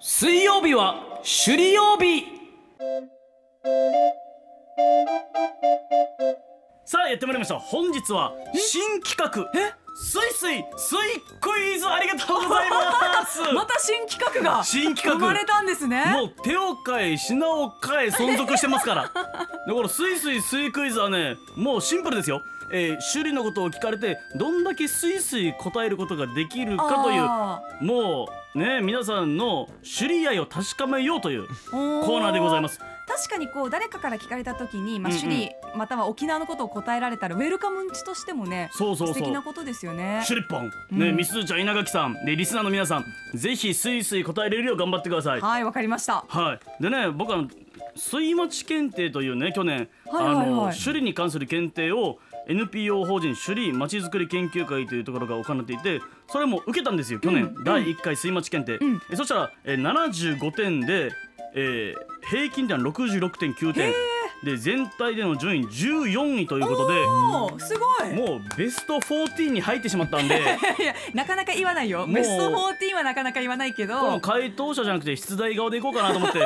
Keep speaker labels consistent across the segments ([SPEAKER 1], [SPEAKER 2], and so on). [SPEAKER 1] 水曜日は首里曜日さあやってまいりました本日は新企画えすいすいすいクイズありがとうございます
[SPEAKER 2] また新企画が
[SPEAKER 1] 新企画
[SPEAKER 2] 生まれたんですね
[SPEAKER 1] もう手を変え品を変え存続してますからだからスイスイスイクイズはねもうシンプルですよ、えー、種類のことを聞かれてどんだけスイスイ答えることができるかという
[SPEAKER 2] あ
[SPEAKER 1] もうね皆さんの種類愛を確かめようという
[SPEAKER 2] ーお
[SPEAKER 1] コーナーでございます
[SPEAKER 2] 確かにこう誰かから聞かれた時に、ま
[SPEAKER 1] う
[SPEAKER 2] あ、
[SPEAKER 1] んうん
[SPEAKER 2] 首里または沖縄のことを答えられたらウェルカムンチとしてもね
[SPEAKER 1] そうそうそう
[SPEAKER 2] 素敵なことですよね
[SPEAKER 1] シュリッポン、ね、
[SPEAKER 2] うん
[SPEAKER 1] みすずちゃん、稲垣さん、で、リスナーの皆さん、ぜひスイスイ答えれるよう頑張ってください。は
[SPEAKER 2] はいわかりました
[SPEAKER 1] い、でね、僕あの、水町検定というね、去年、
[SPEAKER 2] はいはいはい
[SPEAKER 1] あの、首里に関する検定を。NPO 法人首里まちづくり研究会というところが行っていてそれも受けたんですよ去年、第1回水町検定、
[SPEAKER 2] うん
[SPEAKER 1] えそしたら、え75点で、えー平均点66.9点で全体での順位14位ということで
[SPEAKER 2] おーすごい
[SPEAKER 1] もうベスト14に入ってしまったんで。
[SPEAKER 2] いやなかなか言わないよ
[SPEAKER 1] もう
[SPEAKER 2] ベスト14はなかなか言わないけ
[SPEAKER 1] これも
[SPEAKER 2] ど
[SPEAKER 1] 回答者じゃなくて出題側でいこうかなと思って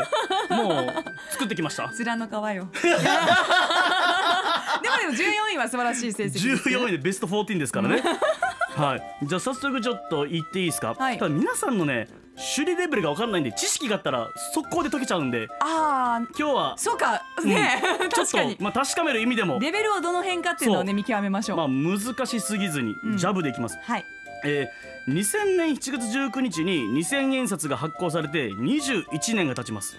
[SPEAKER 1] もう作ってきました
[SPEAKER 2] 面の皮よいやでもでも14位は素晴らしい成績です
[SPEAKER 1] 14位でベスト14です からねはいじゃあ早速ちょっと言っていいですか、
[SPEAKER 2] はい
[SPEAKER 1] ただ皆さんのね首里レベルが分かんないんで知識があったら速攻で解けちゃうんで
[SPEAKER 2] ああ
[SPEAKER 1] 今日は
[SPEAKER 2] そうかね、
[SPEAKER 1] ちょっ
[SPEAKER 2] 確かに
[SPEAKER 1] と、まあ、確かめる意味でも
[SPEAKER 2] レベルをどの辺かっていうのを
[SPEAKER 1] そ
[SPEAKER 2] ね
[SPEAKER 1] う
[SPEAKER 2] 見極めましょう、
[SPEAKER 1] まあ難しすぎずに
[SPEAKER 2] うん
[SPEAKER 1] ジャブでいきます、
[SPEAKER 2] はい
[SPEAKER 1] えー2000年7月19日に2000円札が発行されて21年が経ちます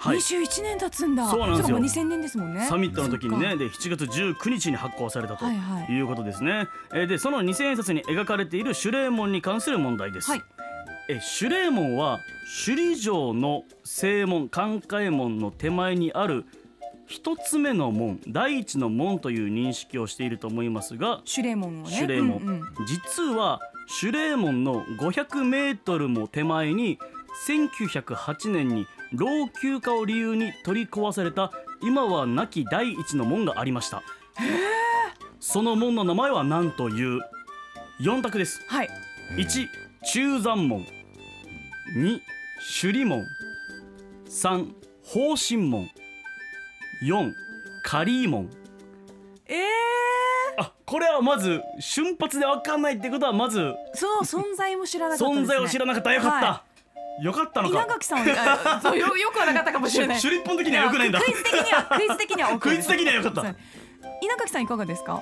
[SPEAKER 1] はい
[SPEAKER 2] 21年経つんだ
[SPEAKER 1] そうなんですよ
[SPEAKER 2] かもう2000年ですもんね
[SPEAKER 1] サミットの時に
[SPEAKER 2] そ
[SPEAKER 1] ね
[SPEAKER 2] っか
[SPEAKER 1] で7月19日に発行されたと
[SPEAKER 2] はいはい
[SPEAKER 1] いうことですね、えーでその2000円札に描かれている守礼門に関する問題です、
[SPEAKER 2] はい
[SPEAKER 1] え守礼門は首里城の正門寛解門の手前にある一つ目の門第一の門という認識をしていると思いますが
[SPEAKER 2] シュレーモンをね
[SPEAKER 1] 守礼門、
[SPEAKER 2] うんうん
[SPEAKER 1] 実は守礼門の500メートルも手前に1908年に老朽化を理由に取り壊された今は亡き第一の門がありましたその門の名前は何という4択です
[SPEAKER 2] はい
[SPEAKER 1] 1中山門2首里門3方針門4仮門
[SPEAKER 2] えー、
[SPEAKER 1] あこれはまず瞬発で分かんないってことはまず
[SPEAKER 2] その存在も知らなかったです、ね、
[SPEAKER 1] 存在を知らなかったよかった、
[SPEAKER 2] は
[SPEAKER 1] よかったの
[SPEAKER 2] 稲
[SPEAKER 1] か
[SPEAKER 2] 垣さんは あそうよよくはなかったかもしれない
[SPEAKER 1] シュリッポン的にはよくないんだ
[SPEAKER 2] クイズ的にはクイズ的には OK
[SPEAKER 1] クイズ的にはよかった
[SPEAKER 2] そう稲垣さんいかがですか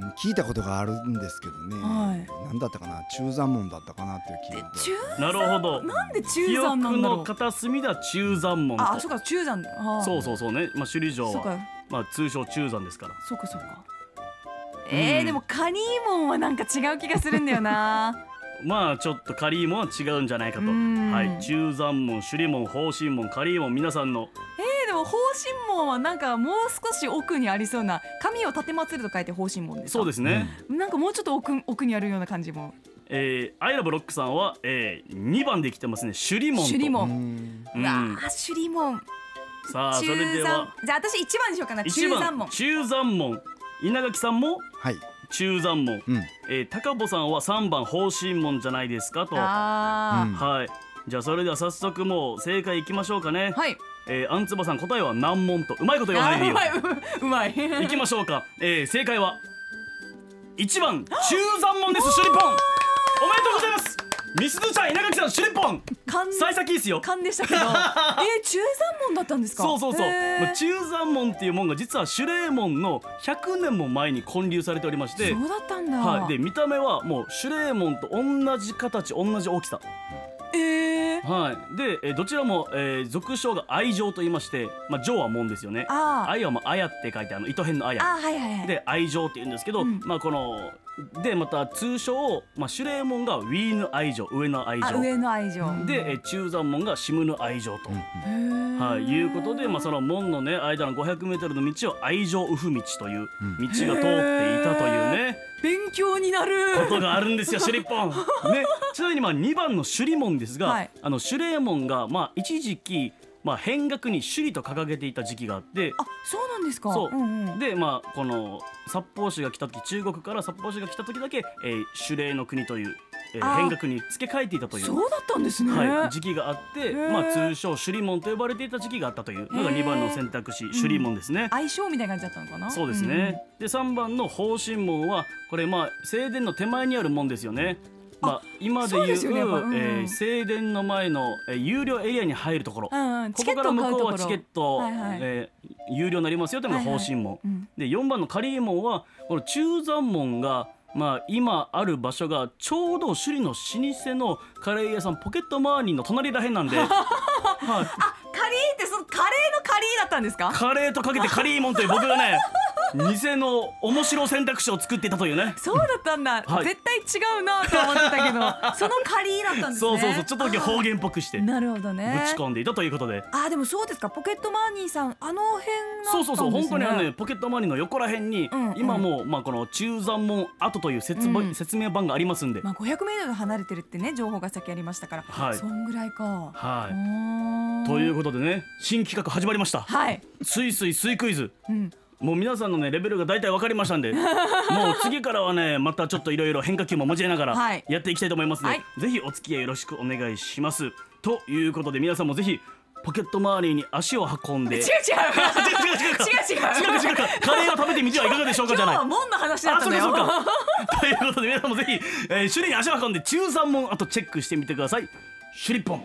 [SPEAKER 3] うん聞いたことがあるんですけどね、
[SPEAKER 2] はい
[SPEAKER 3] 何だったかな中山門だったかなっていう気が
[SPEAKER 2] 中
[SPEAKER 1] なるほど
[SPEAKER 2] なんで中
[SPEAKER 1] 記
[SPEAKER 2] 山
[SPEAKER 1] 憶
[SPEAKER 2] なんだろ
[SPEAKER 1] の
[SPEAKER 2] う
[SPEAKER 1] 片隅では中山門と
[SPEAKER 2] ああそうか中山あー
[SPEAKER 1] そうそうそうね、まあ、首里城
[SPEAKER 2] そう
[SPEAKER 1] は、
[SPEAKER 2] か
[SPEAKER 1] まあ、通称中山ですから
[SPEAKER 2] そうかそうかえー
[SPEAKER 1] うん
[SPEAKER 2] でもカニーモンはなんか違う気がするんだよな
[SPEAKER 1] まあちょっと仮門は違うんじゃないかと、
[SPEAKER 2] うん
[SPEAKER 1] はい、中山門首里門方針門仮門皆さんの
[SPEAKER 2] えーでも方針門はなんかもう少し奥にありそうな神を奉ると書いて方針門ですか
[SPEAKER 1] そうですね、
[SPEAKER 2] なんかもうちょっと奥奥にあるような感じも
[SPEAKER 1] えー、アイラブロックさんは、えー、2番で来てますね首里門と
[SPEAKER 2] 首里門
[SPEAKER 3] うーん
[SPEAKER 1] うん
[SPEAKER 2] うわあ首里門
[SPEAKER 1] さあそれ
[SPEAKER 2] 中
[SPEAKER 1] で
[SPEAKER 2] 山
[SPEAKER 1] は
[SPEAKER 2] じゃあ私一番にしようかな中
[SPEAKER 1] 1
[SPEAKER 2] 山
[SPEAKER 1] 番
[SPEAKER 2] 門
[SPEAKER 1] 中山門稲垣さんも
[SPEAKER 3] はい、
[SPEAKER 1] 中山門、
[SPEAKER 3] うん、
[SPEAKER 1] えー、高保さんは3番方針門じゃないですかとは
[SPEAKER 2] あー、
[SPEAKER 1] いじゃあそれでは早速もう正解いきましょうかね、
[SPEAKER 2] はい
[SPEAKER 1] えー、あんつばさん答えは難問とうまいこと言わ
[SPEAKER 2] あ
[SPEAKER 1] ないでいいよ
[SPEAKER 2] ー うまいうまい
[SPEAKER 1] いきましょうか、えー、正解は1番中山門ですシュリポンおめでとうございますみすずちゃん稲垣さんシュリポン
[SPEAKER 2] 勘
[SPEAKER 1] 幸先いいですよ
[SPEAKER 2] 勘でし たけどえー中山門だったんですか
[SPEAKER 1] そうそうそう、
[SPEAKER 2] へー
[SPEAKER 1] まあ、中山門っていう門が実は守礼門の100年も前に建立されておりまして
[SPEAKER 2] そうだったんだ、
[SPEAKER 1] はい、で見た目はもう守礼門と同じ形同じ大きさ、
[SPEAKER 2] えー、
[SPEAKER 1] はい、でえーどちらも、えー俗称が愛情と言いまして、まあ、情は門ですよね
[SPEAKER 2] あー
[SPEAKER 1] 愛はもう綾って書いてあの糸編の綾
[SPEAKER 2] あはいはいはい
[SPEAKER 1] で愛情って言うんですけど、
[SPEAKER 2] うん
[SPEAKER 1] まあこのでまた通称、まあ、守礼門が上の愛情上の愛
[SPEAKER 2] あ
[SPEAKER 1] 情
[SPEAKER 2] 上の愛情
[SPEAKER 1] でえー中山門が下の愛情と、
[SPEAKER 2] は
[SPEAKER 1] はい、いうことで、まあ、その門のね間の 500m の道を愛情ウフ道という道が通っていたというね、
[SPEAKER 2] 勉強になる
[SPEAKER 1] ことがあるん ですよシュリッポン、ね、ちなみにまあ2番の首里門ですが、
[SPEAKER 2] はい
[SPEAKER 1] あの守礼門がまあ一時期、まあ、変額に首里と掲げていた時期があって
[SPEAKER 2] あそうなんですか
[SPEAKER 1] そうん
[SPEAKER 2] うん、
[SPEAKER 1] でまあこの札幌市が来た時中国から札幌市が来た時だけ、えー、守礼の国というえー
[SPEAKER 2] あー
[SPEAKER 1] 変革に付け替えていたという
[SPEAKER 2] そうだったんですね、
[SPEAKER 1] はい、時期があって、
[SPEAKER 2] ー
[SPEAKER 1] まあ、通称首里門と呼ばれていた時期があったというのが
[SPEAKER 2] へー
[SPEAKER 1] 2番の選択肢首里門ですね。
[SPEAKER 2] 相性みたいな感じだったのかな
[SPEAKER 1] そうですね、で3番の方針門はこれまあ正殿の手前にある門ですよね。まあ、今で
[SPEAKER 2] そう
[SPEAKER 1] い
[SPEAKER 2] です
[SPEAKER 1] う
[SPEAKER 2] よねやっぱうん
[SPEAKER 1] えー正殿の前の、えー有料エリアに入るところ、
[SPEAKER 2] うんうんうん、
[SPEAKER 1] こ
[SPEAKER 2] チケ
[SPEAKER 1] こ
[SPEAKER 2] ッ
[SPEAKER 1] か
[SPEAKER 2] ト
[SPEAKER 1] ら向
[SPEAKER 2] を買う
[SPEAKER 1] ことう
[SPEAKER 2] こ
[SPEAKER 1] は
[SPEAKER 2] ろ
[SPEAKER 1] チケット、
[SPEAKER 2] はいはい
[SPEAKER 1] えー有料になりますよというのが方針門、
[SPEAKER 2] うん
[SPEAKER 1] で4番の仮門はこの中山門が、まあ、今ある場所がちょうど首里の老舗のカレー屋さんポケットマーニーの隣らへんなん で、はい、
[SPEAKER 2] カリーってそのカレーのカリーだったんですか
[SPEAKER 1] カレーとかけてカリーモンという僕がね偽の面白選択肢を作っていたというね
[SPEAKER 2] そうだったんだ、
[SPEAKER 1] はい
[SPEAKER 2] 絶対違うなと思ってた けどそのカリーだったんですね
[SPEAKER 1] そうそうそうちょっとだけ方言っぽくしてぶ
[SPEAKER 2] なるほどね
[SPEAKER 1] ち込んでいたということで。
[SPEAKER 2] あでもそうですかポケットマーニーさんあの辺だったん
[SPEAKER 1] そ
[SPEAKER 2] です
[SPEAKER 1] うそ
[SPEAKER 2] ね
[SPEAKER 1] うそう本当にあのねポケットマニの横ら辺に、
[SPEAKER 2] うんうん
[SPEAKER 1] 今もうまあこの中山門跡という説,、
[SPEAKER 2] うん
[SPEAKER 1] 説明版がありますんで、
[SPEAKER 2] まあ500メートル離れてるってね情報が先ありましたから、
[SPEAKER 1] はい
[SPEAKER 2] そんぐらいか、
[SPEAKER 1] はい、
[SPEAKER 2] い
[SPEAKER 1] という
[SPEAKER 2] う
[SPEAKER 1] ことでね新企画始まりました
[SPEAKER 2] はい、
[SPEAKER 1] 「すいすいすいクイズ」
[SPEAKER 2] うん、
[SPEAKER 1] もう皆さんのねレベルが大体分かりま したんでもう次からはねまたちょっといろいろ変化球も交えなが
[SPEAKER 2] は
[SPEAKER 1] ら
[SPEAKER 2] い
[SPEAKER 1] やっていきたいと思いますので、
[SPEAKER 2] は
[SPEAKER 1] ぜひお付き合いよろしくお願いします。ということで皆さんもぜひポケット周りに足を 運んで
[SPEAKER 2] 違う違う違う違う違う
[SPEAKER 1] 違う違うカレーを食べてみてはいかがでしょうかじゃな
[SPEAKER 2] 今日
[SPEAKER 1] い
[SPEAKER 2] は。門の話だったんだよ
[SPEAKER 1] あそうかそうかということで皆さんもぜひ、えー、首里に足を運んで中山門あとチェックしてみてください。首里ポン